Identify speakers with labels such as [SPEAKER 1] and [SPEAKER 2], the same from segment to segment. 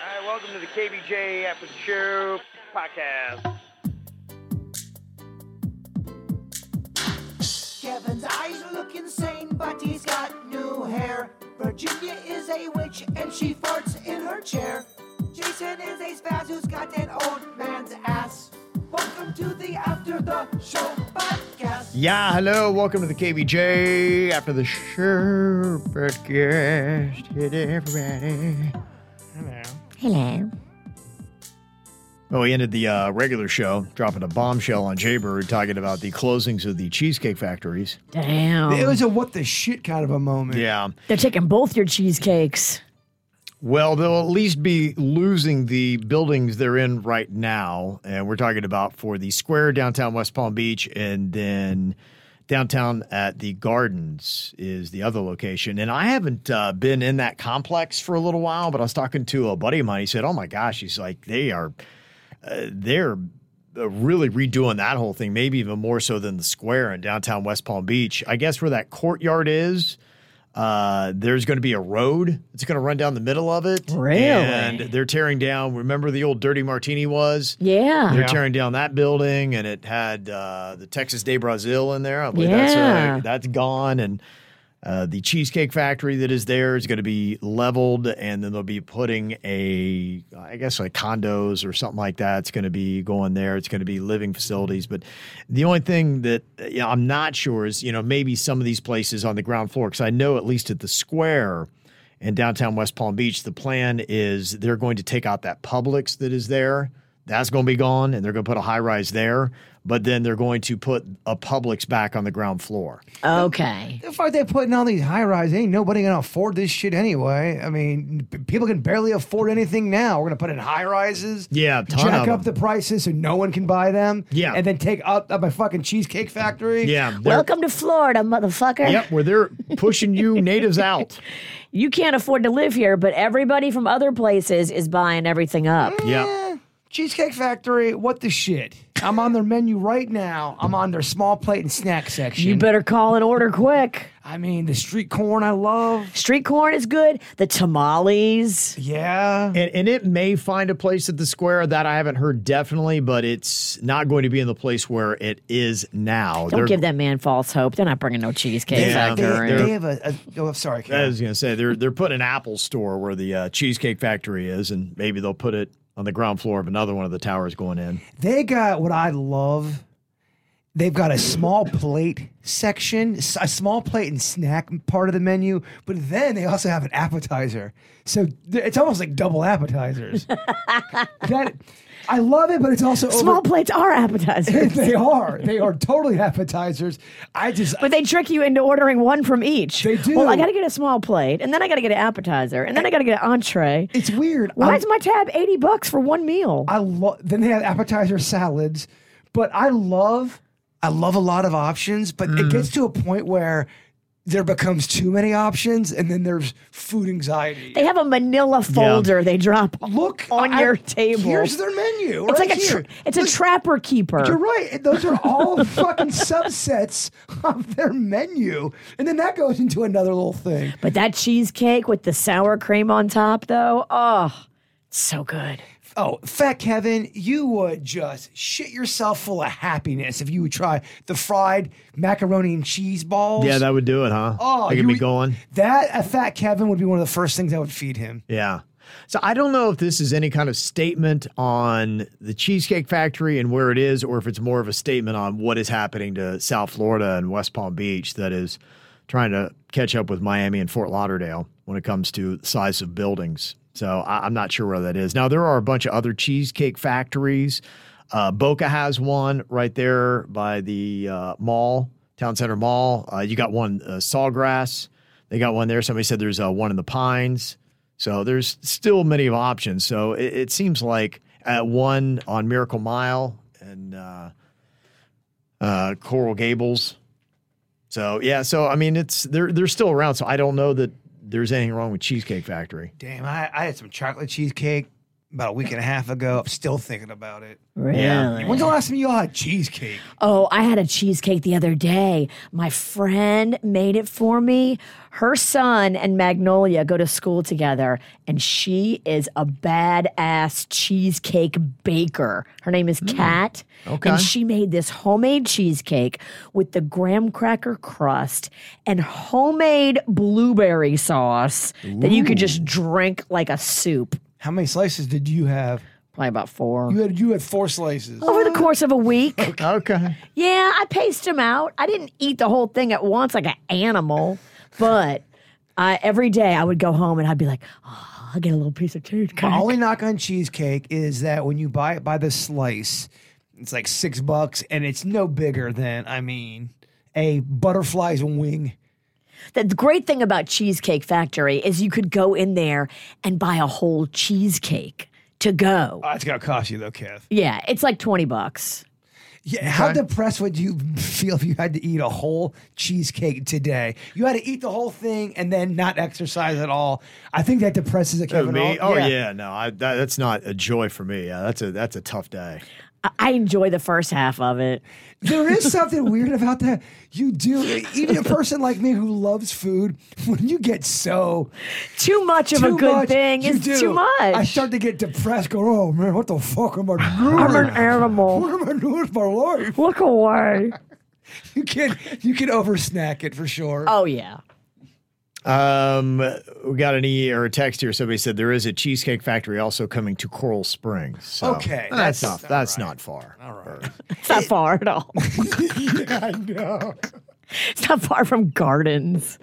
[SPEAKER 1] All right, welcome to the KBJ After the Show podcast.
[SPEAKER 2] Kevin's eyes look insane, but he's got new hair. Virginia is a witch and she farts in her chair. Jason is a spaz who's got an old man's ass. Welcome to the After the Show podcast.
[SPEAKER 3] Yeah, hello, welcome to the KBJ after the show podcast. Hey, everybody.
[SPEAKER 4] Hello.
[SPEAKER 3] Well, we ended the uh, regular show dropping a bombshell on Jaybird talking about the closings of the cheesecake factories.
[SPEAKER 4] Damn.
[SPEAKER 5] It was a what the shit kind of a moment.
[SPEAKER 3] Yeah.
[SPEAKER 4] They're taking both your cheesecakes.
[SPEAKER 3] Well, they'll at least be losing the buildings they're in right now. And we're talking about for the square downtown West Palm Beach and then downtown at the Gardens is the other location. And I haven't uh, been in that complex for a little while, but I was talking to a buddy of mine. He said, Oh my gosh, he's like, they are, uh, they're uh, really redoing that whole thing, maybe even more so than the square in downtown West Palm Beach. I guess where that courtyard is. Uh, there's going to be a road that's going to run down the middle of it.
[SPEAKER 4] Really?
[SPEAKER 3] And they're tearing down. Remember the old Dirty Martini was?
[SPEAKER 4] Yeah.
[SPEAKER 3] They're tearing down that building, and it had uh, the Texas de Brazil in there. I believe that's
[SPEAKER 4] Yeah.
[SPEAKER 3] uh, that's gone, and uh, the cheesecake factory that is there is going to be leveled, and then they'll be putting a, I guess, like condos or something like that. It's going to be going there. It's going to be living facilities, but the only thing that uh, you know, I'm not sure is you know maybe some of these places on the ground floor because I know at least at the square in downtown West Palm Beach, the plan is they're going to take out that Publix that is there. That's going to be gone, and they're going to put a high rise there. But then they're going to put a Publix back on the ground floor.
[SPEAKER 4] Okay.
[SPEAKER 5] The fuck they putting all these high rise? Ain't nobody gonna afford this shit anyway. I mean, p- people can barely afford anything now. We're gonna put in high rises.
[SPEAKER 3] Yeah, a ton
[SPEAKER 5] jack
[SPEAKER 3] of
[SPEAKER 5] up
[SPEAKER 3] them.
[SPEAKER 5] the prices so no one can buy them.
[SPEAKER 3] Yeah.
[SPEAKER 5] and then take up up my fucking cheesecake factory.
[SPEAKER 3] Yeah. they're-
[SPEAKER 4] Welcome to Florida, motherfucker.
[SPEAKER 3] Yep, where they're pushing you natives out.
[SPEAKER 4] You can't afford to live here, but everybody from other places is buying everything up.
[SPEAKER 3] Yeah.
[SPEAKER 5] Eh, cheesecake factory. What the shit? I'm on their menu right now. I'm on their small plate and snack section.
[SPEAKER 4] You better call and order quick.
[SPEAKER 5] I mean, the street corn I love.
[SPEAKER 4] Street corn is good. The tamales.
[SPEAKER 5] Yeah.
[SPEAKER 3] And, and it may find a place at the square that I haven't heard definitely, but it's not going to be in the place where it is now.
[SPEAKER 4] Don't
[SPEAKER 3] They're-
[SPEAKER 4] give that man false hope. They're not bringing no cheesecake
[SPEAKER 3] Yeah,
[SPEAKER 4] back
[SPEAKER 5] They,
[SPEAKER 4] there.
[SPEAKER 5] they have a, a oh, I'm sorry. Karen.
[SPEAKER 3] I was gonna say they're they're putting an Apple store where the uh, Cheesecake Factory is, and maybe they'll put it on the ground floor of another one of the towers going in.
[SPEAKER 5] They got what I love. They've got a small plate section, s- a small plate and snack part of the menu, but then they also have an appetizer. So th- it's almost like double appetizers. that I love it, but it's also
[SPEAKER 4] Small
[SPEAKER 5] over-
[SPEAKER 4] plates are appetizers.
[SPEAKER 5] they are they are totally appetizers. I just
[SPEAKER 4] But they trick you into ordering one from each.
[SPEAKER 5] They do.
[SPEAKER 4] Well, I got to get a small plate, and then I got to get an appetizer, and then I got to get an entree.
[SPEAKER 5] it's weird.
[SPEAKER 4] Why
[SPEAKER 5] I'm-
[SPEAKER 4] is my tab 80 bucks for one meal?
[SPEAKER 5] I love. Then they have appetizer salads, but I love. I love a lot of options, but
[SPEAKER 3] Mm.
[SPEAKER 5] it gets to a point where there becomes too many options, and then there's food anxiety.
[SPEAKER 4] they have a manila folder they drop
[SPEAKER 5] Look
[SPEAKER 4] on
[SPEAKER 5] I-
[SPEAKER 4] your table.
[SPEAKER 5] Here's their menu.
[SPEAKER 4] it's
[SPEAKER 5] right
[SPEAKER 4] like a
[SPEAKER 5] here.
[SPEAKER 4] tra- it's a trapper keeper.
[SPEAKER 5] You're right. and Those are all fucking subsets of their menu, and then that goes into another little thing.
[SPEAKER 4] but that cheesecake with the sour cream on top though, oh, it's so good.
[SPEAKER 5] Oh, Fat Kevin, you would just shit yourself full of happiness if you would try the fried macaroni and cheese balls.
[SPEAKER 3] Yeah, that would do it, huh?
[SPEAKER 5] Oh,
[SPEAKER 3] they could
[SPEAKER 5] you
[SPEAKER 3] be
[SPEAKER 5] would-
[SPEAKER 3] going.
[SPEAKER 5] That a fat Kevin would be one of the first things I would feed him.
[SPEAKER 3] Yeah. So I don't know if this is any kind of statement on the Cheesecake Factory and where it is, or if it's more of a statement on what is happening to South Florida and West Palm Beach that is trying to catch up with Miami and Fort Lauderdale when it comes to size of buildings. So I, I'm not sure where that is. Now there are a bunch of other cheesecake factories. Uh, Boca has one right there by the uh, mall, Town Center Mall. Uh, you got one uh, Sawgrass. They got one there. Somebody said there's uh, one in the Pines. So there's still many options. So it, it seems like at one on Miracle Mile and uh, uh, Coral Gables. So yeah, so I mean, it's they're they're still around. So I don't know that there's anything wrong with Cheesecake Factory.
[SPEAKER 5] Damn, I, I had some chocolate cheesecake about a week and a half ago. I'm still thinking about it.
[SPEAKER 4] Really?
[SPEAKER 5] When's the last time you all had cheesecake?
[SPEAKER 4] Oh, I had a cheesecake the other day. My friend made it for me. Her son and Magnolia go to school together, and she is a badass cheesecake baker. Her name is Kat.
[SPEAKER 3] Okay.
[SPEAKER 4] And she made this homemade cheesecake with the graham cracker crust and homemade blueberry sauce that you could just drink like a soup.
[SPEAKER 5] How many slices did you have?
[SPEAKER 4] Probably about four.
[SPEAKER 5] You had you had four slices.
[SPEAKER 4] Over the course of a week.
[SPEAKER 3] Okay.
[SPEAKER 4] Yeah, I paced them out. I didn't eat the whole thing at once like an animal, but I, every day I would go home and I'd be like, oh, I'll get a little piece of cheesecake.
[SPEAKER 5] My only knock on cheesecake is that when you buy it by the slice, it's like six bucks, and it's no bigger than I mean a butterfly's wing.
[SPEAKER 4] The the great thing about Cheesecake Factory is you could go in there and buy a whole cheesecake to go.
[SPEAKER 5] Oh, it's gonna cost you though, Kev.
[SPEAKER 4] Yeah, it's like 20 bucks.
[SPEAKER 5] Yeah, how depressed would you feel if you had to eat a whole cheesecake today? You had to eat the whole thing and then not exercise at all. I think that depresses a Kevin.
[SPEAKER 3] me?
[SPEAKER 5] all-
[SPEAKER 3] Oh yeah, no, I, that, that's not a joy for me. Yeah, that's a that's a tough day.
[SPEAKER 4] I, I enjoy the first half of it.
[SPEAKER 5] There is something weird about that. You do, even a person like me who loves food, when you get so
[SPEAKER 4] Too much of
[SPEAKER 5] too
[SPEAKER 4] a good
[SPEAKER 5] much,
[SPEAKER 4] thing
[SPEAKER 5] you
[SPEAKER 4] is
[SPEAKER 5] do.
[SPEAKER 4] too much.
[SPEAKER 5] I start to get depressed. Go, oh man, what the fuck am I doing?
[SPEAKER 4] I'm an animal.
[SPEAKER 5] what am I doing with my life?
[SPEAKER 4] Look away.
[SPEAKER 5] You can you can oversnack it for sure.
[SPEAKER 4] Oh, yeah.
[SPEAKER 3] Um, we got an e or a text here. Somebody said there is a cheesecake factory also coming to Coral Springs. So
[SPEAKER 5] Okay,
[SPEAKER 3] that's,
[SPEAKER 5] that's-
[SPEAKER 3] not
[SPEAKER 5] all
[SPEAKER 3] that's
[SPEAKER 5] right.
[SPEAKER 3] not far. All right.
[SPEAKER 4] It's not far at all.
[SPEAKER 5] yeah, I know.
[SPEAKER 4] It's not far from gardens.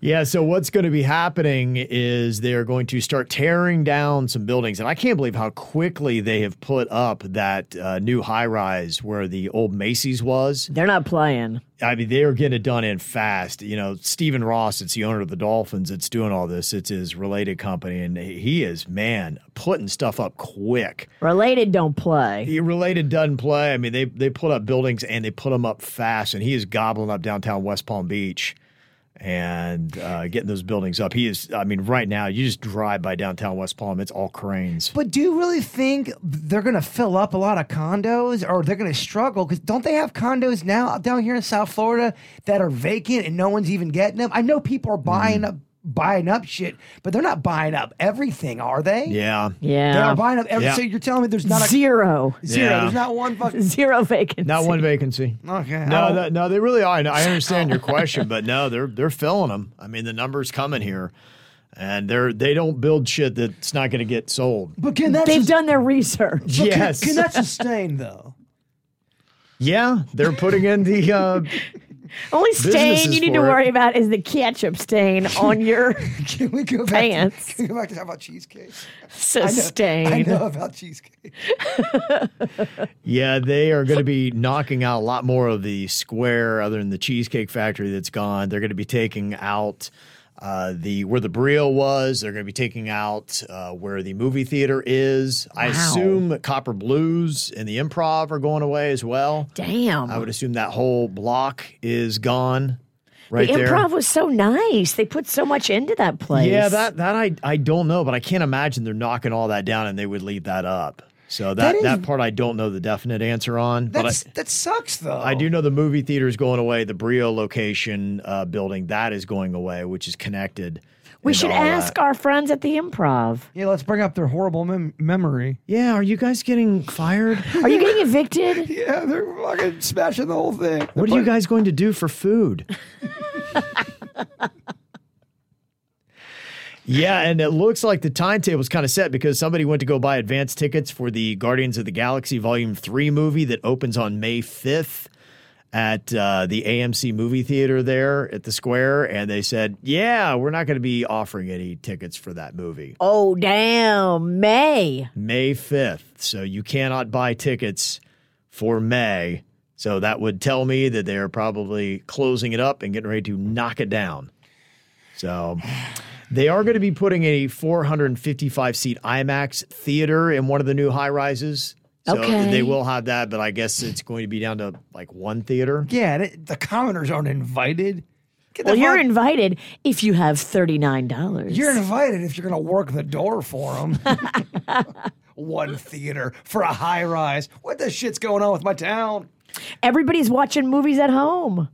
[SPEAKER 3] Yeah, so what's going to be happening is they're going to start tearing down some buildings. And I can't believe how quickly they have put up that uh, new high rise where the old Macy's was.
[SPEAKER 4] They're not playing.
[SPEAKER 3] I mean, they're getting it done in fast. You know, Stephen Ross, it's the owner of the Dolphins that's doing all this, it's his related company. And he is, man, putting stuff up quick.
[SPEAKER 4] Related don't play.
[SPEAKER 3] He related doesn't play. I mean, they they put up buildings and they put them up fast, and he is gobbling up downtown West Palm Beach and uh, getting those buildings up. He is. I mean, right now you just drive by downtown West Palm, it's all cranes.
[SPEAKER 5] But do you really think they're going to fill up a lot of condos or they're going to struggle? Because don't they have condos now down here in South Florida that are vacant and no one's even getting them? I know people are buying
[SPEAKER 3] Mm-hmm.
[SPEAKER 5] up buying up shit, but they're not buying up everything, are they?
[SPEAKER 3] Yeah.
[SPEAKER 4] Yeah.
[SPEAKER 5] They are buying up every,
[SPEAKER 3] Yeah.
[SPEAKER 5] So you're telling me there's not a
[SPEAKER 4] Zero.
[SPEAKER 5] zero.
[SPEAKER 3] Yeah.
[SPEAKER 5] There's not one fucking.
[SPEAKER 4] Zero vacancy.
[SPEAKER 3] Not one vacancy.
[SPEAKER 5] Okay.
[SPEAKER 3] No, that, no, they really are. And I understand your question, but no, they're they're filling them. I mean, the numbers coming here, and they're they don't build shit that's not going to get sold.
[SPEAKER 5] But can that
[SPEAKER 4] They've
[SPEAKER 5] sus-
[SPEAKER 4] done their research.
[SPEAKER 5] but can-
[SPEAKER 3] yes,
[SPEAKER 5] Can, that sustain though?
[SPEAKER 3] yeah, they're putting in the uh,
[SPEAKER 4] Only stain
[SPEAKER 3] Businesses
[SPEAKER 4] you need to
[SPEAKER 3] for it.
[SPEAKER 4] worry about is the ketchup stain on your
[SPEAKER 5] Can we go back?
[SPEAKER 4] Pants.
[SPEAKER 5] To, can we go back to talk about cheesecake? I
[SPEAKER 4] sustain.
[SPEAKER 5] know about cheesecake.
[SPEAKER 3] Yeah, they are going to be knocking out a lot more of the square, other than the Cheesecake Factory that's gone. They're going to be taking out uh, the where the Brio was. They're going to be taking out uh, where the movie theater is. I assume Copper Blues and the Improv are going away as well.
[SPEAKER 4] Damn.
[SPEAKER 3] I would assume that whole block is gone.
[SPEAKER 4] the
[SPEAKER 3] Right there.
[SPEAKER 4] improv was so nice. They put so much into that place.
[SPEAKER 3] Yeah, that that I I don't know, but I can't imagine they're knocking all that down and they would leave that up. So that
[SPEAKER 5] That
[SPEAKER 3] that,
[SPEAKER 5] is-
[SPEAKER 3] part I don't know the definite answer on. but I,
[SPEAKER 5] That's, that sucks though.
[SPEAKER 3] I do know the movie theater is going away. The Brio location uh, building that is going away, which is connected.
[SPEAKER 4] we
[SPEAKER 3] and
[SPEAKER 4] should
[SPEAKER 3] all
[SPEAKER 4] ask
[SPEAKER 3] that.
[SPEAKER 4] our friends at the improv.
[SPEAKER 5] Yeah, let's bring up their horrible mem- memory.
[SPEAKER 3] Yeah, are you guys getting fired?
[SPEAKER 4] Are you getting evicted?
[SPEAKER 5] Yeah, they're fucking smashing the whole thing.
[SPEAKER 3] what are you guys going to do for food? yeah, and it looks like the timetable is kind of set because somebody went to go buy advance tickets for the Guardians of the Galaxy Volume Three movie that opens on May fifth. at uh, the AMC movie theater there at the square, and they said, "Yeah, we're not going to be offering any tickets for that movie
[SPEAKER 4] Oh, damn. May.
[SPEAKER 3] May fifth, so you cannot buy tickets for May." So that would tell me that they are probably closing it up and getting ready to knock it down. So they are going to be putting a 455 seat IMAX theater in one of the new high rises. So
[SPEAKER 4] Okay.
[SPEAKER 3] they will have that, but I guess it's going to be down to like one theater.
[SPEAKER 5] Yeah, and it- the commoners aren't invited. Get the
[SPEAKER 4] Well, you're
[SPEAKER 5] fuck-
[SPEAKER 4] invited if you have $39.
[SPEAKER 5] You're invited if you're going to work the door for them. One theater for a high rise. What the shit's going on with my town?
[SPEAKER 4] Everybody's watching movies at home.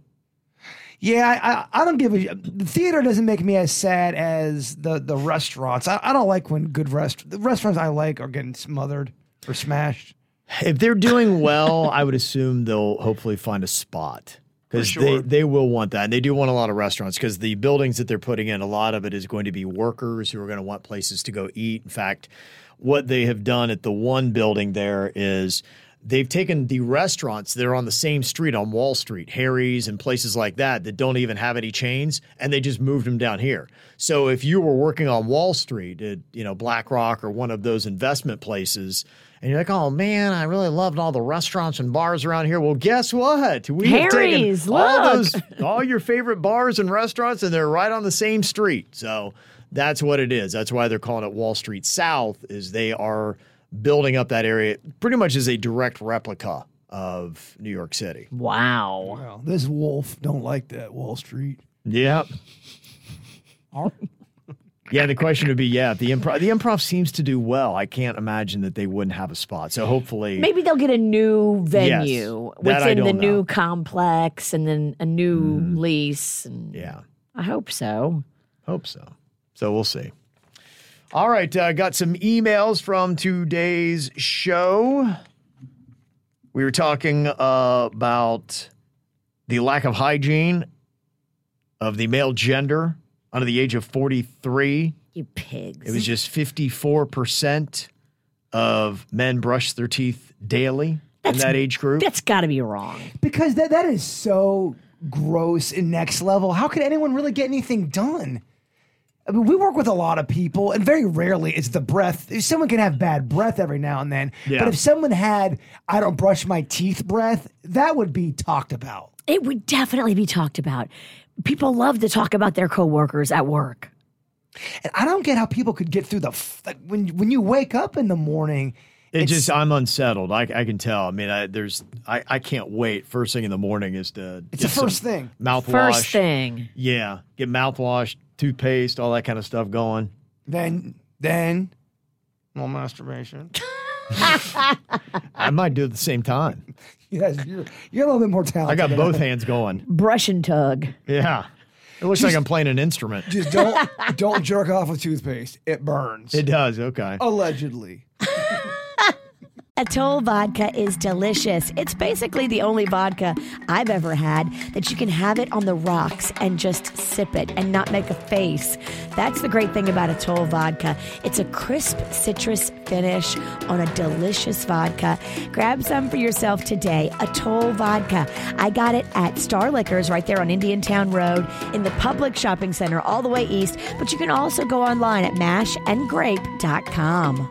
[SPEAKER 5] Yeah, I, I, I don't give a. The theater doesn't make me as sad as the the restaurants. I, I don't like when good rest the restaurants I like are getting smothered or smashed.
[SPEAKER 3] If they're doing well, I would assume they'll hopefully find a spot because
[SPEAKER 5] sure.
[SPEAKER 3] they, they will want that. And they do want a lot of restaurants because the buildings that they're putting in, a lot of it is going to be workers who are going to want places to go eat. In fact, what they have done at the one building there is they've taken the restaurants that are on the same street on Wall Street, Harry's and places like that, that don't even have any chains, and they just moved them down here. So if you were working on Wall Street at, you know, BlackRock or one of those investment places, and you're like, oh man, I really loved all the restaurants and bars around here. Well, guess what? We have taken
[SPEAKER 4] Harry's,
[SPEAKER 3] all
[SPEAKER 4] look.
[SPEAKER 3] those, all your favorite bars and restaurants, and they're right on the same street. So that's what it is. That's why they're calling it Wall Street South. Is they are building up that area pretty much as a direct replica of New York City.
[SPEAKER 4] Wow.
[SPEAKER 5] Well, this wolf don't like that Wall Street.
[SPEAKER 3] Yep. Yeah, the question would be, yeah, if the improv the improv seems to do well. I can't imagine that they wouldn't have a spot. So hopefully
[SPEAKER 4] Maybe they'll get a new venue
[SPEAKER 3] That I
[SPEAKER 4] within the
[SPEAKER 3] don't know. Hmm.
[SPEAKER 4] new complex and then a new lease. And
[SPEAKER 3] Yeah.
[SPEAKER 4] I hope so.
[SPEAKER 3] Hope so. So we'll see. All right, uh, got some emails from today's show. We were talking uh, about the lack of hygiene of the male gender under the age of 43.
[SPEAKER 4] You pigs.
[SPEAKER 3] It was just 54% of men brush their teeth daily in that age group.
[SPEAKER 4] That's got to be wrong.
[SPEAKER 5] Because that that is so gross and next level. How could anyone really get anything done? I mean, we work with a lot of people, and very rarely it's the breath. If Someone can have bad breath every now and then,
[SPEAKER 3] Yeah.
[SPEAKER 5] but if someone had "I don't brush my teeth" breath, that would be talked about.
[SPEAKER 4] It would definitely be talked about. People love to talk about their coworkers at work.
[SPEAKER 5] And I don't get how people could get through the f- like when when you wake up in the morning.
[SPEAKER 3] It
[SPEAKER 5] It's-
[SPEAKER 3] just, I'm unsettled. I, I can tell. I mean, I, there's, I, I can't wait. First thing in the morning is to.
[SPEAKER 5] It's the
[SPEAKER 3] get some
[SPEAKER 5] first thing.
[SPEAKER 3] Mouthwash.
[SPEAKER 4] First thing.
[SPEAKER 3] Yeah, get mouthwash, toothpaste, all that kind of stuff going.
[SPEAKER 5] Then then, well, masturbation.
[SPEAKER 3] I might do it at the same time.
[SPEAKER 5] yes, you're you're a little bit more
[SPEAKER 3] I
[SPEAKER 5] talented.
[SPEAKER 3] got both hands going.
[SPEAKER 4] Brush and tug.
[SPEAKER 3] Yeah. It looks like I'm playing an instrument.
[SPEAKER 5] Just don't don't jerk off with toothpaste. It burns.
[SPEAKER 3] It does. Okay.
[SPEAKER 5] Allegedly.
[SPEAKER 4] Atoll vodka is delicious. It's basically the only vodka I've ever had that you can have it on the rocks and just sip it and not make a face. That's the great thing about Atoll vodka. It's a crisp citrus finish on a delicious vodka. Grab some for yourself today. Atoll vodka. I got it at Star Liquors right there on Indian Town Road in the public shopping center all the way east, but you can also go online at mashandgrape.com.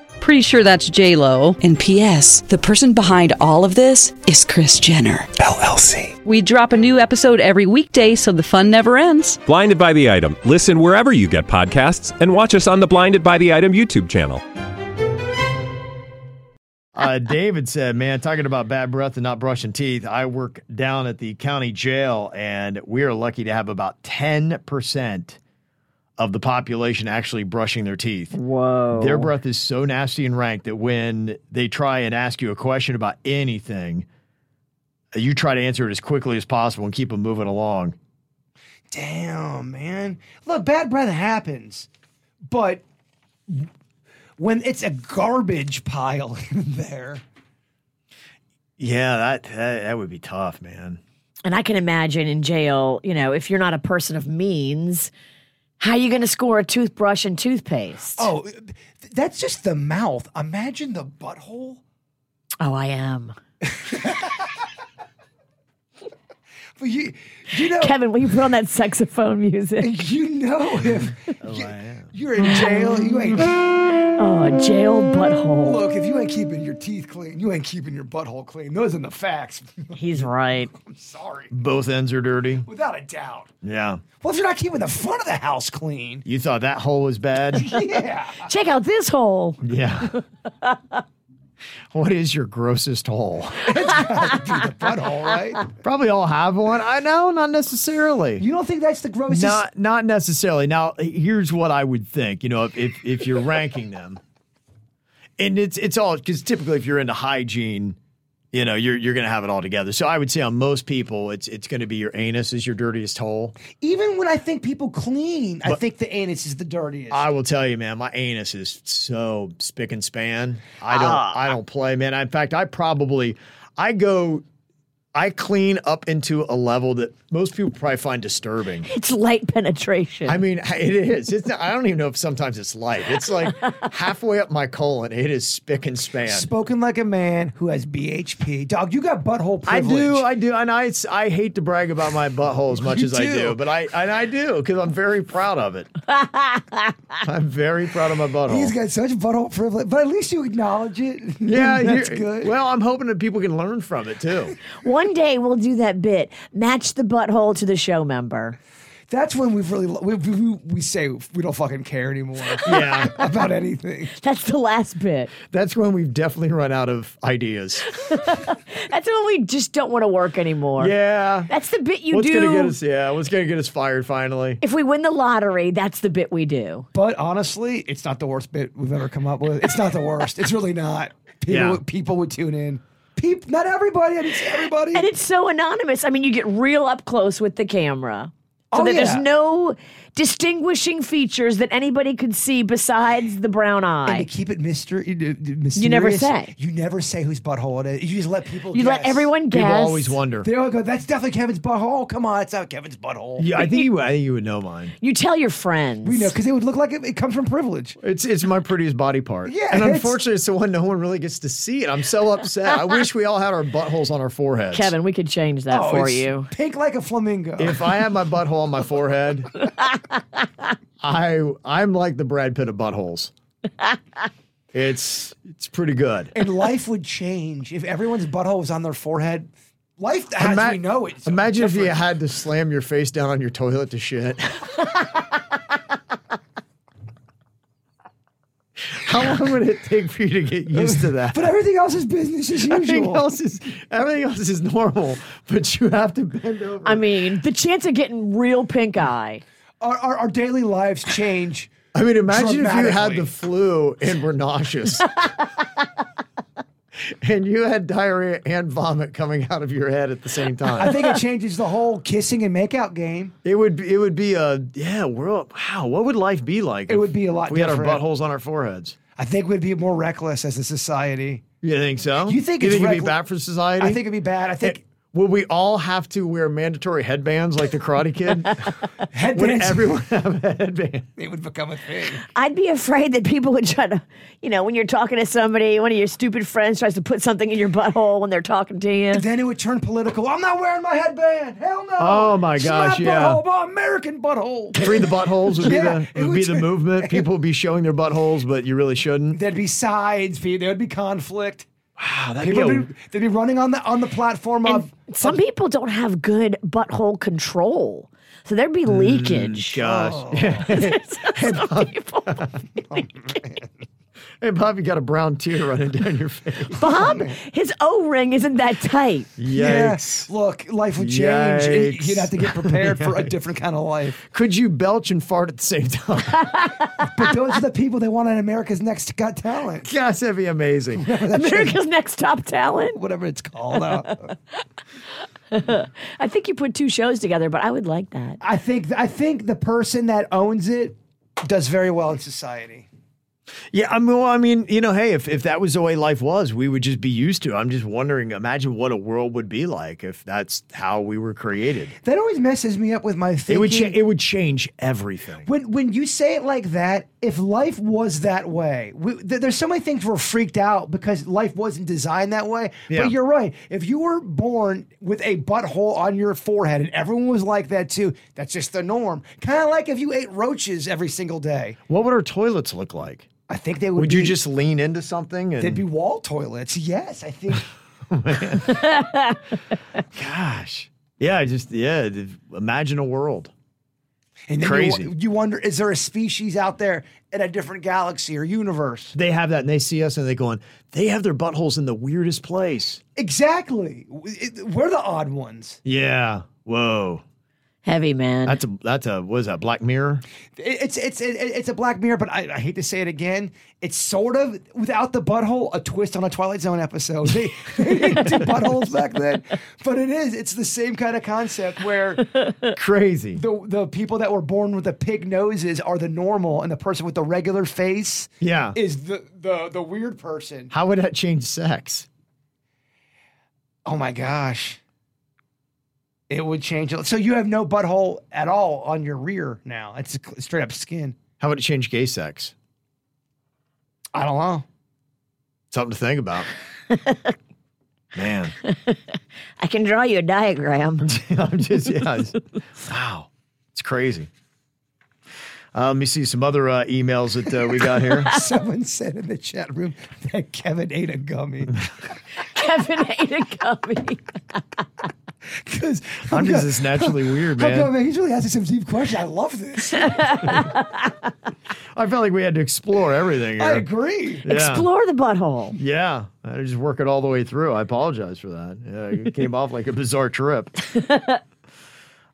[SPEAKER 6] Pretty sure that's J Lo.
[SPEAKER 7] And P.S. The person behind all of this is Chris Jenner.
[SPEAKER 8] LLC.
[SPEAKER 6] We drop a new episode every weekday, so the fun never ends.
[SPEAKER 8] Blinded by the item. Listen wherever you get podcasts, and watch us on the Blinded by the Item YouTube channel.
[SPEAKER 3] Uh, David said, man, talking about bad breath and not brushing teeth, I work down at the county jail, and we are lucky to have about 10% of the population actually brushing their teeth.
[SPEAKER 4] Whoa.
[SPEAKER 3] Their breath is so nasty and rank that when they try and ask you a question about anything, you try to answer it as quickly as possible and keep them moving along.
[SPEAKER 5] Damn, man. Look, bad breath happens, but when it's a garbage pile in there,
[SPEAKER 3] Yeah, that that, that would be tough, man.
[SPEAKER 4] And I can imagine in jail, you know, if you're not a person of means, how you going to score a toothbrush and toothpaste?
[SPEAKER 5] oh, th- that's just the mouth. Imagine the butthole.
[SPEAKER 4] Oh, I am.
[SPEAKER 5] But you, you know,
[SPEAKER 4] Kevin, will you put on that saxophone music?
[SPEAKER 5] you know if you, are in jail, you ain't
[SPEAKER 4] Oh, jail butthole.
[SPEAKER 5] look. If you ain't keeping your teeth clean, you ain't keeping your butthole clean. Those are the facts.
[SPEAKER 4] He's right.
[SPEAKER 5] I'm sorry,
[SPEAKER 3] Both ends are dirty.
[SPEAKER 5] without a doubt.
[SPEAKER 3] Yeah.
[SPEAKER 5] Well, if you're not keeping the front of the house clean,
[SPEAKER 3] You thought that hole was bad?
[SPEAKER 5] yeah.
[SPEAKER 4] Check out this hole.
[SPEAKER 3] yeah. what is your grossest hole?
[SPEAKER 5] butthole, right?
[SPEAKER 3] Probably all have one. I know, not necessarily.
[SPEAKER 5] You don't think that's the grossest?
[SPEAKER 3] not not necessarily. Now, here's what I would think. You know, if if, if you're ranking them, and it's it's all because typically if you're into hygiene, you know, you're you're gonna have it all together. So I would say on most people, it's it's gonna be your anus is your dirtiest hole.
[SPEAKER 5] Even when I think people clean, I think the anus is the dirtiest.
[SPEAKER 3] I will tell you, man, my anus is so spick and span. I don't
[SPEAKER 5] Ah.
[SPEAKER 3] I don't play, man. In fact, I probably I go. I clean up into a level that most people probably find disturbing.
[SPEAKER 4] It's light penetration.
[SPEAKER 3] I mean, it is. It's not, I don't even know if sometimes it's light. It's like halfway up my colon. It is spick and span.
[SPEAKER 5] Spoken like a man who has BHP. Dog, you got butthole
[SPEAKER 3] I
[SPEAKER 5] privilege.
[SPEAKER 3] do, I do, and I, it's- I hate to brag about my butthole as much
[SPEAKER 5] You
[SPEAKER 3] as I
[SPEAKER 5] do.
[SPEAKER 3] do, but I and I do because I'm very proud of it. I'm very proud of my butthole.
[SPEAKER 5] He's got such butthole privilege, but at least you acknowledge it.
[SPEAKER 3] yeah,
[SPEAKER 5] that's
[SPEAKER 3] you're-
[SPEAKER 5] good.
[SPEAKER 3] Well, I'm hoping that people can learn from it too.
[SPEAKER 4] One day we'll do that bit. Match the butthole to the show member.
[SPEAKER 5] that's when we've really we, we, we say we don't fucking care anymore
[SPEAKER 3] Yeah,
[SPEAKER 5] about anything.
[SPEAKER 4] That's the last bit.
[SPEAKER 3] that's when we've definitely run out of ideas.
[SPEAKER 4] That's when we just don't want to work anymore.
[SPEAKER 3] Yeah,
[SPEAKER 4] That's the bit you
[SPEAKER 3] what's
[SPEAKER 4] do.
[SPEAKER 3] gonna get us? Yeah, what's gonna get us fired finally?
[SPEAKER 4] if we win the lottery, that's the bit we do.
[SPEAKER 5] But honestly, it's not the worst bit we've ever come up with. It's not the worst. It's really not. People
[SPEAKER 3] Yeah.
[SPEAKER 5] people would tune in. Peep, not everybody. I didn't say everybody.
[SPEAKER 4] And it's so anonymous. I mean, you get real up close with the camera. So
[SPEAKER 5] Oh,
[SPEAKER 4] that
[SPEAKER 5] yeah.
[SPEAKER 4] there's no distinguishing features that anybody could see besides the brown
[SPEAKER 5] And to
[SPEAKER 4] eye.
[SPEAKER 5] keep it mystery, mysterious,
[SPEAKER 4] never say.
[SPEAKER 5] You never say whose butthole it is. You just let people.
[SPEAKER 4] You let
[SPEAKER 5] guess.
[SPEAKER 4] everyone guess.
[SPEAKER 3] People always wonder.
[SPEAKER 5] They all go. That's definitely Kevin's butthole. Come on, it's not Kevin's butthole.
[SPEAKER 3] Yeah, I think you, I think you would know mine.
[SPEAKER 4] You tell your friends.
[SPEAKER 5] We know because it would look like it, it comes from privilege.
[SPEAKER 3] It's it's my prettiest body part.
[SPEAKER 5] Yeah,
[SPEAKER 3] and
[SPEAKER 5] it's-
[SPEAKER 3] unfortunately, it's the one no one really gets to see it. I'm so upset. I wish we all had our buttholes on our foreheads.
[SPEAKER 4] Kevin, we could change that
[SPEAKER 5] Oh,
[SPEAKER 4] for
[SPEAKER 5] it's
[SPEAKER 4] you.
[SPEAKER 5] Pink like a flamingo.
[SPEAKER 3] if I had my butthole on my forehead, I I'm like the Brad Pitt of buttholes. It's it's pretty good.
[SPEAKER 5] and life would change if everyone's butthole was on their forehead. Life as
[SPEAKER 3] Ima-
[SPEAKER 5] we know it.
[SPEAKER 3] imagine if you had to slam your face down on your toilet to shit. How long would it take for you to get used to that?
[SPEAKER 5] But everything else is business as
[SPEAKER 3] Everything
[SPEAKER 5] usual.
[SPEAKER 3] else is everything else is normal, but you have to bend over.
[SPEAKER 4] I mean, the chance of getting real pink eye.
[SPEAKER 5] Our, our, our daily lives change.
[SPEAKER 3] I mean, imagine if you had
[SPEAKER 5] Dramatically.
[SPEAKER 3] the flu and were nauseous. and you had diarrhea and vomit coming out of your head at the same
[SPEAKER 5] I
[SPEAKER 3] time.
[SPEAKER 5] think it changes the whole kissing and makeout game.
[SPEAKER 3] It would be, it would be a yeah, world wow, what would life be like? It
[SPEAKER 5] would be a lot
[SPEAKER 3] We had our
[SPEAKER 5] different.
[SPEAKER 3] buttholes on our foreheads.
[SPEAKER 5] I think we'd be more reckless as a society.
[SPEAKER 3] You think so?
[SPEAKER 5] You think it's
[SPEAKER 3] it'd be
[SPEAKER 5] recl-
[SPEAKER 3] bad for society? Eh,
[SPEAKER 5] I think it'd be bad. I think
[SPEAKER 3] would we all have to wear mandatory headbands like the Karate Kid? would
[SPEAKER 5] headbands,
[SPEAKER 3] everyone have a headband?
[SPEAKER 5] it would become a thing.
[SPEAKER 4] I'd be afraid that people would try to, you know, when you're talking to somebody, one of your stupid friends tries to put something in your butthole when they're talking to you.
[SPEAKER 5] Then it would turn political. I'm not wearing my headband. Hell no.
[SPEAKER 3] Oh, my
[SPEAKER 5] It's
[SPEAKER 3] gosh,
[SPEAKER 5] My
[SPEAKER 3] yeah.
[SPEAKER 5] butthole, my American butthole.
[SPEAKER 3] Free the buttholes would
[SPEAKER 5] Yeah,
[SPEAKER 3] be the
[SPEAKER 5] it
[SPEAKER 3] would, be
[SPEAKER 5] would-
[SPEAKER 3] the movement. People would be showing their buttholes, but you really shouldn't.
[SPEAKER 5] There'd be sides. be- There'd be conflict.
[SPEAKER 3] Wow, that'd
[SPEAKER 5] People would be, they'd be running on the on the platform
[SPEAKER 4] And
[SPEAKER 5] of
[SPEAKER 4] some people don't have good butthole control. So there'd be
[SPEAKER 5] Mm,
[SPEAKER 4] leakage.
[SPEAKER 3] gosh.
[SPEAKER 5] Oh.
[SPEAKER 4] Some people-
[SPEAKER 3] Hey, Bob, you got a brown tear running down your face.
[SPEAKER 4] Bob, his O ring isn't that tight.
[SPEAKER 3] Yikes.
[SPEAKER 5] Yeah, look, life would change. and
[SPEAKER 3] Yikes.
[SPEAKER 5] You'd have to get prepared for a different kind of life.
[SPEAKER 3] Could you belch and fart at the same time?
[SPEAKER 5] But those are the people they want on America's Next Got Talent,
[SPEAKER 3] gosh, that'd be amazing.
[SPEAKER 4] America's Next Top Talent.
[SPEAKER 5] whatever it's called. Uh, out.
[SPEAKER 4] I think you put two shows together, but I would like that.
[SPEAKER 5] I think I think the person that owns it does very well in society.
[SPEAKER 3] Yeah, I mean, well, I mean, you know, hey, if, if that was the way life was, we would just be used to. it. I'm just wondering, imagine what a world would be like if that's how we were created.
[SPEAKER 5] That always messes me up with my thinking.
[SPEAKER 3] it would cha- it would change everything.
[SPEAKER 5] when when you say it like that, if life was that way, we, th- there's so many things we're freaked out because life wasn't designed that way.
[SPEAKER 3] Yeah.
[SPEAKER 5] But you're right. If you were born with a butthole on your forehead and everyone was like that too, that's just the norm. Kind of like if you ate roaches every single day.
[SPEAKER 3] What would our toilets look like?
[SPEAKER 5] I think they would.
[SPEAKER 3] Would you
[SPEAKER 5] be-
[SPEAKER 3] just lean into something? And
[SPEAKER 5] They'd be wall toilets. Yes, I think.
[SPEAKER 3] gosh, yeah, I just yeah, th- imagine a world.
[SPEAKER 5] And then you-
[SPEAKER 3] Crazy.
[SPEAKER 5] You, wonder, is there a species out there in a different galaxy or universe?
[SPEAKER 3] They have that, and they see us, and they going, they have their buttholes in the weirdest place.
[SPEAKER 5] Exactly. W- it- We're the odd ones.
[SPEAKER 3] Yeah. Whoa.
[SPEAKER 4] Heavy man.
[SPEAKER 3] That's a that's a what is that? Black Mirror.
[SPEAKER 5] It- It's it's it- it's a Black Mirror, but I, I hate to say it again. It's sort of without the butthole, a twist on a Twilight Zone episode. They, they didn't do buttholes back then, but it is. It's the same kind of concept where
[SPEAKER 3] Crazy.
[SPEAKER 5] the the people that were born with the pig noses are the normal, and the person with the regular face
[SPEAKER 3] Yeah.
[SPEAKER 5] is the the the weird person.
[SPEAKER 3] How would that change sex?
[SPEAKER 5] Oh my gosh, it would change. it. So you have no butthole at all on your rear now. It's straight up skin.
[SPEAKER 3] How would it change gay sex?
[SPEAKER 5] I don't know.
[SPEAKER 3] Something to think about. Man,
[SPEAKER 4] I can draw you a diagram.
[SPEAKER 3] I'm just yeah. it's- wow, it's crazy. Uh, let me see some other uh, emails that uh, we got here.
[SPEAKER 5] Someone said in the chat room that Kevin ate a gummy.
[SPEAKER 4] Kevin ate a gummy.
[SPEAKER 5] Because
[SPEAKER 3] I'm just it's naturally weird,
[SPEAKER 5] I'm going,
[SPEAKER 3] man.
[SPEAKER 5] man, he's really asking some deep questions. I love this.
[SPEAKER 3] I felt like we had to explore everything.
[SPEAKER 5] I
[SPEAKER 3] here.
[SPEAKER 5] agree.
[SPEAKER 3] Yeah.
[SPEAKER 4] Explore the butthole.
[SPEAKER 3] Yeah, I had to just work it all the way through. I apologize for that. Yeah, it came off like a bizarre trip.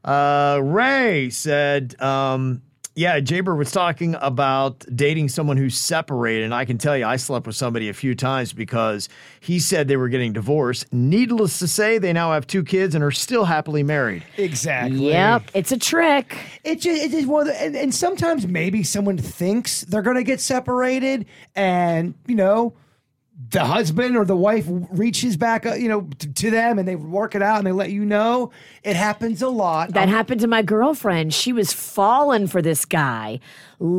[SPEAKER 3] Uh, Ray said, um, "Yeah, Jaber was talking about dating someone who's separated, and I can tell you, I slept with somebody a few times because he said they were getting divorced. Needless to say, they now have two kids and are still happily married.
[SPEAKER 5] Exactly.
[SPEAKER 4] Yep, it's a trick.
[SPEAKER 5] It just, it just one of the, and, and sometimes maybe someone thinks they're going to get separated and, you know, the husband or the wife reaches back, uh, you know, t- to them and they work it out and they let you know. It happens a lot.
[SPEAKER 4] That happened to my girlfriend. She was falling for this guy,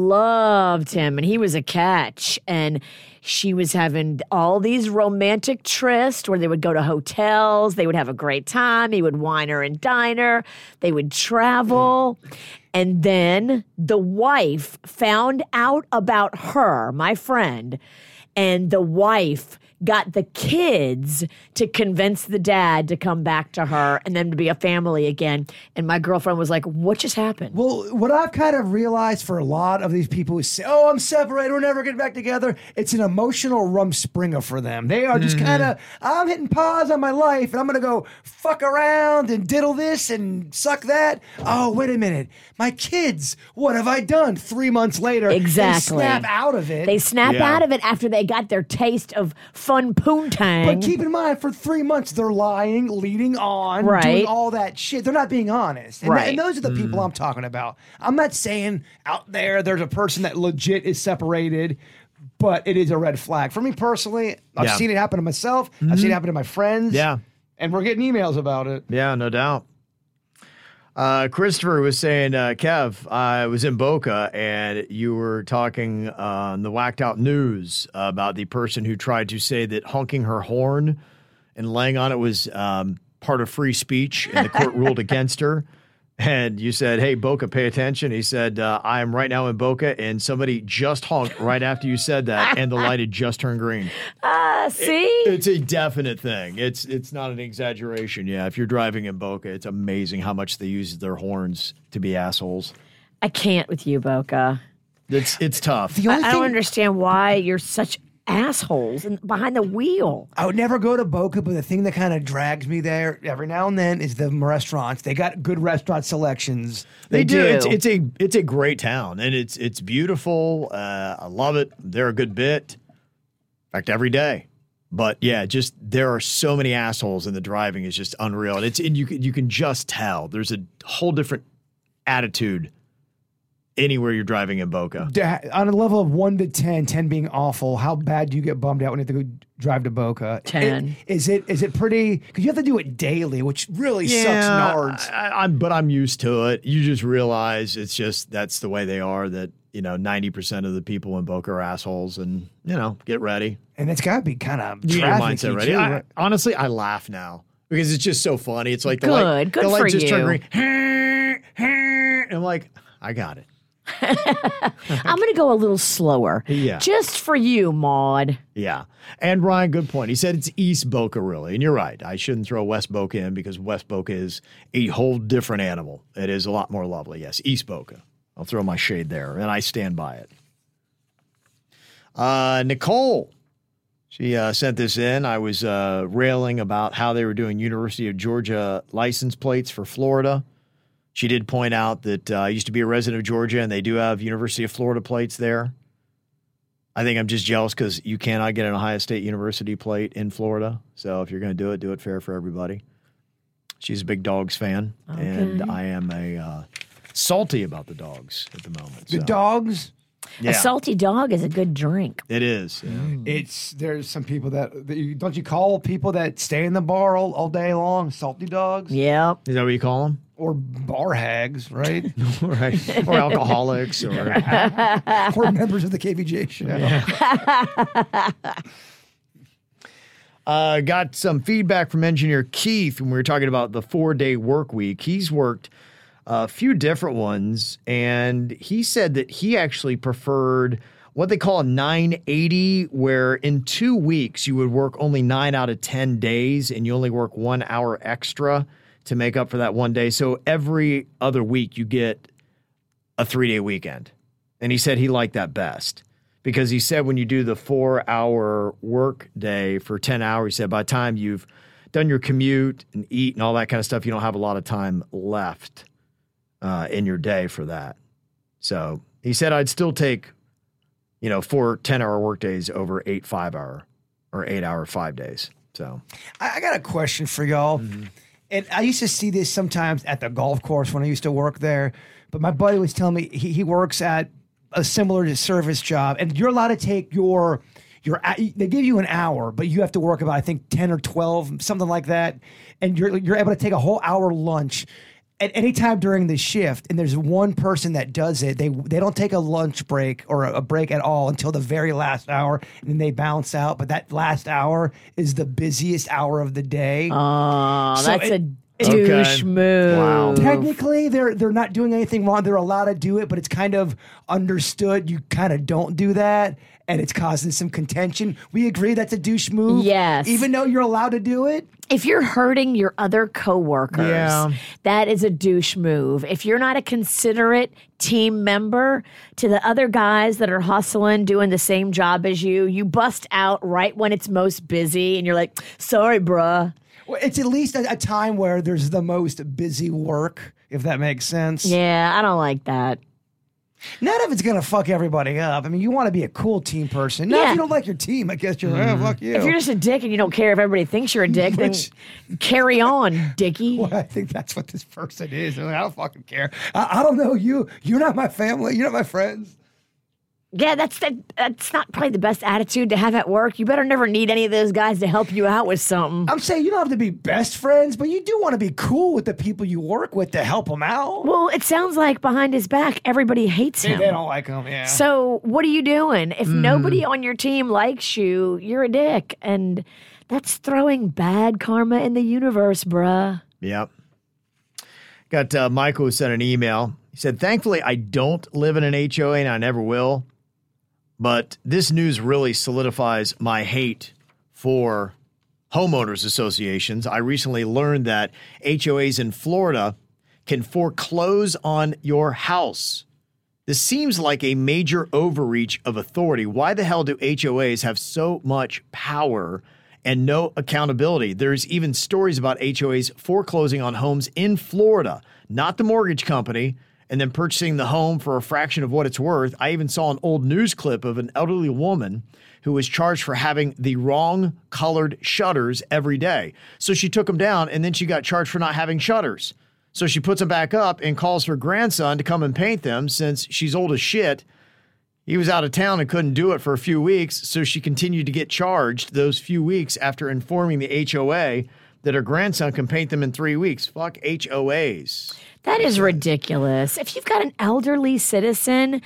[SPEAKER 4] loved him, and he was a catch. And she was having all these romantic trysts where they would go to hotels, they would have a great time, he would wine her and dine her, they would travel. And then the wife found out about her, my friend, and the wife got the kids to convince the dad to come back to her and them to be a family again. And my girlfriend was like, What just happened?
[SPEAKER 5] Well, what I've kind of realized for a lot of these people who say, "Oh, I'm separated. We're never getting back together," it's an emotional rumspringer for them. They are
[SPEAKER 4] Mm-hmm.
[SPEAKER 5] just kind of, "I'm hitting pause on my life, and I'm gonna go fuck around and diddle this and suck that." Oh, wait a minute, my kids. What have I done? Three months later,
[SPEAKER 4] Exactly.
[SPEAKER 5] they snap out of it.
[SPEAKER 4] they snap
[SPEAKER 3] Yeah.
[SPEAKER 4] out of it after they got their taste of fun poontang.
[SPEAKER 5] but keep in mind, for three months, they're lying, leading on,
[SPEAKER 4] Right.
[SPEAKER 5] doing all that shit. They're not being honest. And, th-
[SPEAKER 4] Right.
[SPEAKER 5] and those are the people I'm talking about. I'm not saying out there there's a person that legit is separated, but it is a red flag. For me personally, I've
[SPEAKER 3] Yeah.
[SPEAKER 5] seen it happen to myself, I've seen it happen to my friends.
[SPEAKER 3] Yeah.
[SPEAKER 5] And we're getting emails about it.
[SPEAKER 3] Yeah, no doubt. Uh, Christopher was saying, uh, Kev, I was in Boca and you were talking on the Whacked Out News about the person who tried to say that honking her horn and laying on it was um, part of free speech and the court ruled against her. And you said, Hey, Boca, pay attention. He said, uh, I am right now in Boca and somebody just honked right after you said that and the light had just turned green.
[SPEAKER 4] Uh, see?
[SPEAKER 3] It's a definite thing. It's it's not an exaggeration. Yeah, if you're driving in Boca, it's amazing how much they use their horns to be assholes.
[SPEAKER 4] I can't with you, Boca.
[SPEAKER 3] It's it's tough.
[SPEAKER 5] The
[SPEAKER 4] I,
[SPEAKER 5] only
[SPEAKER 4] I
[SPEAKER 5] thing
[SPEAKER 4] don't understand why you're such assholes and behind the wheel.
[SPEAKER 5] I would never go to Boca, but the thing that kind of drags me there every now and then is the restaurants. They got good restaurant selections.
[SPEAKER 3] They, do.
[SPEAKER 4] do.
[SPEAKER 3] It's, it's a it's a great town, and it's it's beautiful. Uh, I love it. They're a good bit. In fact, every day. But yeah, just there are so many assholes, and the driving is just unreal. And it's and you can you can just tell there's a whole different attitude anywhere you're driving in Boca.
[SPEAKER 5] Da- on a level of one to 10, 10 being awful, how bad do you get bummed out when you have to go drive to Boca?
[SPEAKER 4] 10.
[SPEAKER 5] It- Is it is it pretty? Because you have to do it daily, which really sucks nards.
[SPEAKER 3] I, I, I'm- but I'm used to it. You just realize it's just that's the way they are. That you know, ninety percent of the people in Boca are assholes, and you know, get ready.
[SPEAKER 5] And it's got to be kind of
[SPEAKER 3] You get your
[SPEAKER 5] traffic.
[SPEAKER 3] mindset ready. I, honestly, I laugh now because it's just so funny. It's like the
[SPEAKER 4] Good.
[SPEAKER 3] light,
[SPEAKER 4] Good
[SPEAKER 3] the light
[SPEAKER 4] for
[SPEAKER 3] just
[SPEAKER 4] you.
[SPEAKER 3] turned green. And I'm like, I got it.
[SPEAKER 4] I'm going to go a little slower.
[SPEAKER 3] Yeah.
[SPEAKER 4] Just for you, Maud.
[SPEAKER 3] Yeah. And Ryan, good point. He said it's East Boca, really. And you're right. I shouldn't throw West Boca in because West Boca is a whole different animal. It is a lot more lovely. Yes, East Boca. I'll throw my shade there, and I stand by it. Uh, Nicole, she uh, sent this in. I was uh, railing about how they were doing University of Georgia license plates for Florida. She did point out that uh, I used to be a resident of Georgia, and they do have University of Florida plates there. I think I'm just jealous because you cannot get an Ohio State University plate in Florida. So if you're going to do it, do it fair for everybody. She's a big dogs fan, and I am a uh, salty about the dogs at the moment.
[SPEAKER 5] The
[SPEAKER 3] so-
[SPEAKER 5] dogs,
[SPEAKER 3] yeah,
[SPEAKER 4] A salty dog is a good drink.
[SPEAKER 3] it is. yeah.
[SPEAKER 5] Mm. it's there's some people that, that you, don't you call people that stay in the bar all, all day long salty dogs
[SPEAKER 4] Yep.
[SPEAKER 3] Is that what you call them?
[SPEAKER 5] or bar hags, right?
[SPEAKER 3] right? or alcoholics, or
[SPEAKER 5] or members of the KVJ show.
[SPEAKER 3] uh, got some feedback from engineer Keith when we were talking about the four day work week. He's worked a few different ones, and he said that he actually preferred what they call a 980, where in two weeks you would work only nine out of 10 days and you only work one hour extra to make up for that one day. So every other week you get a three day weekend. And he said he liked that best because he said when you do the four hour work day for 10 hours, he said by the time you've done your commute and eat and all that kind of stuff, you don't have a lot of time left uh, in your day for that. So he said, I'd still take, you know, four 10 hour work days over eight five hour or eight hour five days. So
[SPEAKER 5] I, I got a question for y'all.
[SPEAKER 3] Mm-hmm.
[SPEAKER 5] And I used to see this sometimes at the golf course when I used to work there. But my buddy was telling me he, he works at a similar service job, and you're allowed to take your your a- they give you an hour, but you have to work about I think ten or twelve, something like that, and you're you're able to take a whole hour lunch. At any time during the shift, and there's one person that does it, they they don't take a lunch break or a, a break at all until the very last hour, and then they bounce out. But that last hour is the busiest hour of the day.
[SPEAKER 4] Oh,
[SPEAKER 5] So
[SPEAKER 4] that's
[SPEAKER 5] it-
[SPEAKER 4] a
[SPEAKER 5] it-
[SPEAKER 4] douche
[SPEAKER 3] Okay.
[SPEAKER 4] move.
[SPEAKER 3] Wow.
[SPEAKER 5] Technically, they're they're not doing anything wrong. They're allowed to do it, but it's kind of understood. You kind of don't do that, and it's causing some contention. We agree that's a douche move.
[SPEAKER 4] Yes.
[SPEAKER 5] even though you're allowed to do it.
[SPEAKER 4] If you're hurting your other coworkers,
[SPEAKER 3] Yeah.
[SPEAKER 4] that is a douche move. If you're not a considerate team member to the other guys that are hustling, doing the same job as you, you bust out right when it's most busy and you're like, sorry, bruh.
[SPEAKER 5] Well, It's at least a, a time where there's the most busy work, if that makes sense.
[SPEAKER 4] Yeah, I don't like that.
[SPEAKER 5] Not if it's gonna fuck everybody up. I mean, you want to be a cool team person. Not if
[SPEAKER 4] Yeah.
[SPEAKER 5] you don't like your team. I guess you're like, oh, fuck you.
[SPEAKER 4] If you're just a dick and you don't care if everybody thinks you're a dick, then
[SPEAKER 5] Which-
[SPEAKER 4] carry on, Dickie.
[SPEAKER 5] Well, I think that's what this person is. They're like, I don't fucking care. I, I don't know you. You're not my family. You're not my friends.
[SPEAKER 4] Yeah, that's that, that's not probably the best attitude to have at work. You better never need any of those guys to help you out with something.
[SPEAKER 5] I'm saying you don't have to be best friends, but you do want to be cool with the people you work with to help them out.
[SPEAKER 4] Well, it sounds like behind his back, everybody hates
[SPEAKER 5] They,
[SPEAKER 4] him.
[SPEAKER 5] they don't like them, yeah.
[SPEAKER 4] So what are you doing? If nobody on your team likes you, you're a dick, and that's throwing bad karma in the universe, bruh.
[SPEAKER 3] Yep. Got uh, Michael who sent an email. He said, Thankfully, I don't live in an HOA and I never will. But this news really solidifies my hate for homeowners associations. I recently learned that HOAs in Florida can foreclose on your house. This seems like a major overreach of authority. Why the hell do HOAs have so much power and no accountability? There's even stories about HOAs foreclosing on homes in Florida, not the mortgage company, and then purchasing the home for a fraction of what it's worth. I even saw an old news clip of an elderly woman who was charged for having the wrong colored shutters every day. So she took them down and then she got charged for not having shutters. So she puts them back up and calls her grandson to come and paint them since she's old as shit. He was out of town and couldn't do it for a few weeks, so she continued to get charged those few weeks after informing the HOA that her grandson can paint them in three weeks. Fuck HOAs.
[SPEAKER 4] That is ridiculous. If you've got an elderly citizen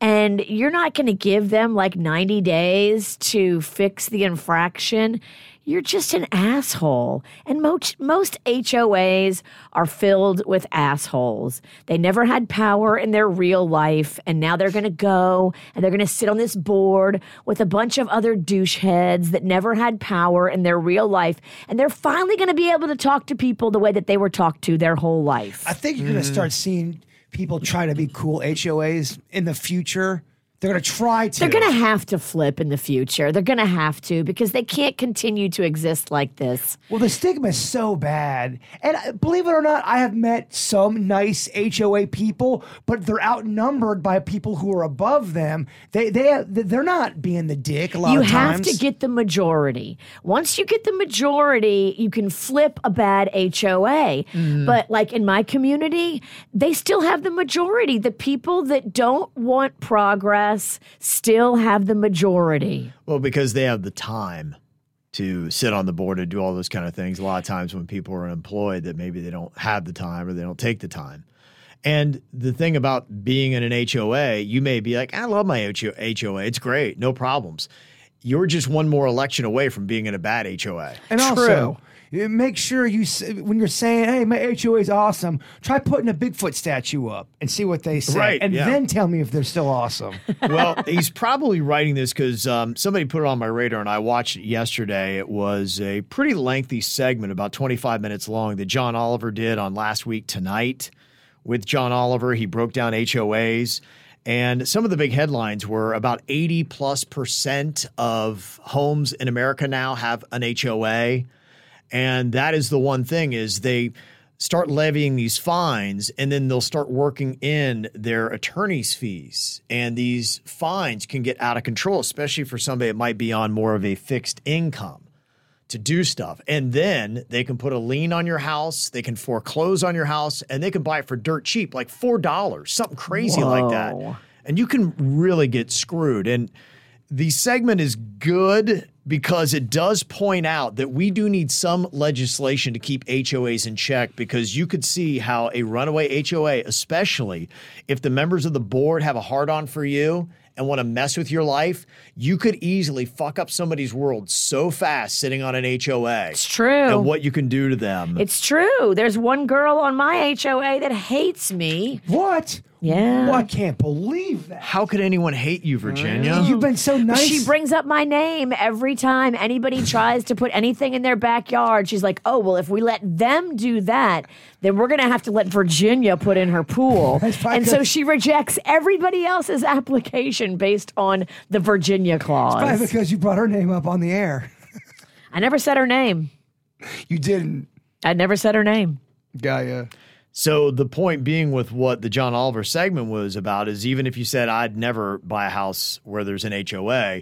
[SPEAKER 4] and you're not going to give them like 90 days to fix the infraction, you're just an asshole. And most, most HOAs are filled with assholes. They never had power in their real life, and now they're going to go and they're going to sit on this board with a bunch of other doucheheads that never had power in their real life, and they're finally going to be able to talk to people the way that they were talked to their whole life.
[SPEAKER 5] I think you're going to start seeing people try to be cool HOAs in the future. They're going to try to.
[SPEAKER 4] They're going to have to flip in the future. They're going to have to because they can't continue to exist like this.
[SPEAKER 5] Well, the stigma is so bad. And uh, believe it or not, I have met some nice HOA people, but they're outnumbered by people who are above them. They they they're not being the dick a lot
[SPEAKER 4] You
[SPEAKER 5] of
[SPEAKER 4] have
[SPEAKER 5] times.
[SPEAKER 4] to get the majority. Once you get the majority, you can flip a bad HOA.
[SPEAKER 5] Mm.
[SPEAKER 4] But like in my community, they still have the majority. The people that don't want progress still have the majority.
[SPEAKER 3] Well, because they have the time to sit on the board and do all those kind of things. A lot of times when people are unemployed, that maybe they don't have the time or they don't take the time. And the thing about being in an HOA, you may be like, I love my HO- HOA. It's great, no problems. You're just one more election away from being in a bad HOA.
[SPEAKER 5] and also, uh, make sure you s- when you're saying, "Hey, my HOA is awesome," try putting a Bigfoot statue up and see what they say,
[SPEAKER 3] Right,
[SPEAKER 5] and
[SPEAKER 3] yeah.
[SPEAKER 5] then tell me if they're still awesome.
[SPEAKER 3] well, he's probably writing this because um, somebody put it on my radar and I watched it yesterday. It was a pretty lengthy segment, about 25 minutes long, that John Oliver did on Last Week Tonight with John Oliver. He broke down HOAs. And some of the big headlines were about 80 plus percent of homes in America now have an HOA and that is the one thing is they start levying these fines and then they'll start working in their attorney's fees and these fines can get out of control especially for somebody that might be on more of a fixed income to do stuff and then they can put a lien on your house they can foreclose on your house and they can buy it for dirt cheap like four dollars something crazy like that
[SPEAKER 4] Whoa.
[SPEAKER 3] and you can really get screwed and the segment is good because it does point out that we do need some legislation to keep HOAs in check because you could see how a runaway HOA, especially if the members of the board have a hard on for you and want to mess with your life, you could easily fuck up somebody's world so fast sitting on an HOA.
[SPEAKER 4] It's true.
[SPEAKER 3] And what you can do to them.
[SPEAKER 4] It's true. There's one girl on my HOA that hates me.
[SPEAKER 5] what?
[SPEAKER 4] Yeah.
[SPEAKER 5] Well, I can't believe that.
[SPEAKER 3] how could anyone hate you, Virginia?
[SPEAKER 5] You've been so nice.
[SPEAKER 4] She brings up my name every time anybody tries to put anything in their backyard. She's like, "Oh, well, if we let them do that, then we're going to have to let Virginia put in her pool."
[SPEAKER 5] probably
[SPEAKER 4] and so
[SPEAKER 5] good.
[SPEAKER 4] she rejects everybody else's application based on the Virginia
[SPEAKER 5] Why?
[SPEAKER 4] clause.
[SPEAKER 5] because you brought her name up on the air.
[SPEAKER 4] I never said her name.
[SPEAKER 5] You didn't,
[SPEAKER 4] I never said her name.
[SPEAKER 5] Gaia.
[SPEAKER 3] So the point being with what the John Oliver segment was about is even if you said I'd never buy a house where there's an HOA,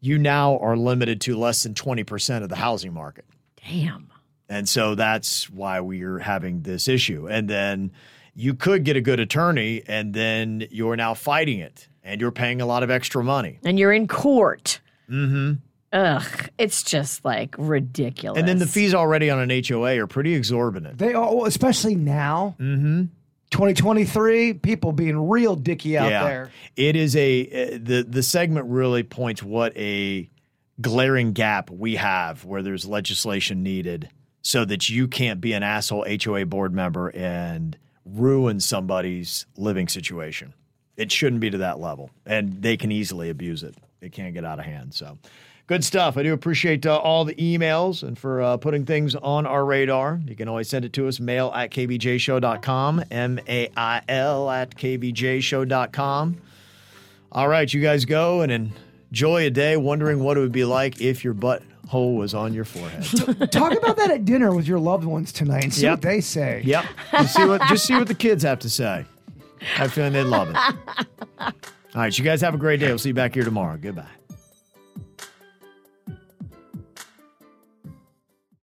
[SPEAKER 3] you now are limited to less than 20% of the housing market.
[SPEAKER 4] Damn.
[SPEAKER 3] And so that's why we're having this issue. And then you could get a good attorney and then you're now fighting it and you're paying a lot of extra money.
[SPEAKER 4] And you're in court. Mhm. Ugh, it's just like ridiculous.
[SPEAKER 3] Mm-hmm. And then the fees already on an HOA are pretty exorbitant.
[SPEAKER 5] They are, well, especially now. Mm-hmm. 2023, people being real dicky out there.
[SPEAKER 3] It is a uh, the the segment really points what a glaring gap we have where there's legislation needed so that you can't be an asshole HOA board member and ruin somebody's living situation. It shouldn't be to that level, and they can easily abuse it. It can't get out of hand. So. Good stuff. I do appreciate uh, all the emails and for uh, putting things on our radar. You can always send it to us, mail at kbjshow.com, M A I L at kbjshow.com. All right, you guys go and enjoy a day wondering what it would be like if your butthole was on your forehead.
[SPEAKER 5] Talk about that at dinner with your loved ones tonight and see
[SPEAKER 3] Yep.
[SPEAKER 5] what they say.
[SPEAKER 3] yep. Just see, what, just see what the kids have to say. I have a feeling they'd love it. All right, you guys have a great day. We'll see you back here tomorrow. Goodbye.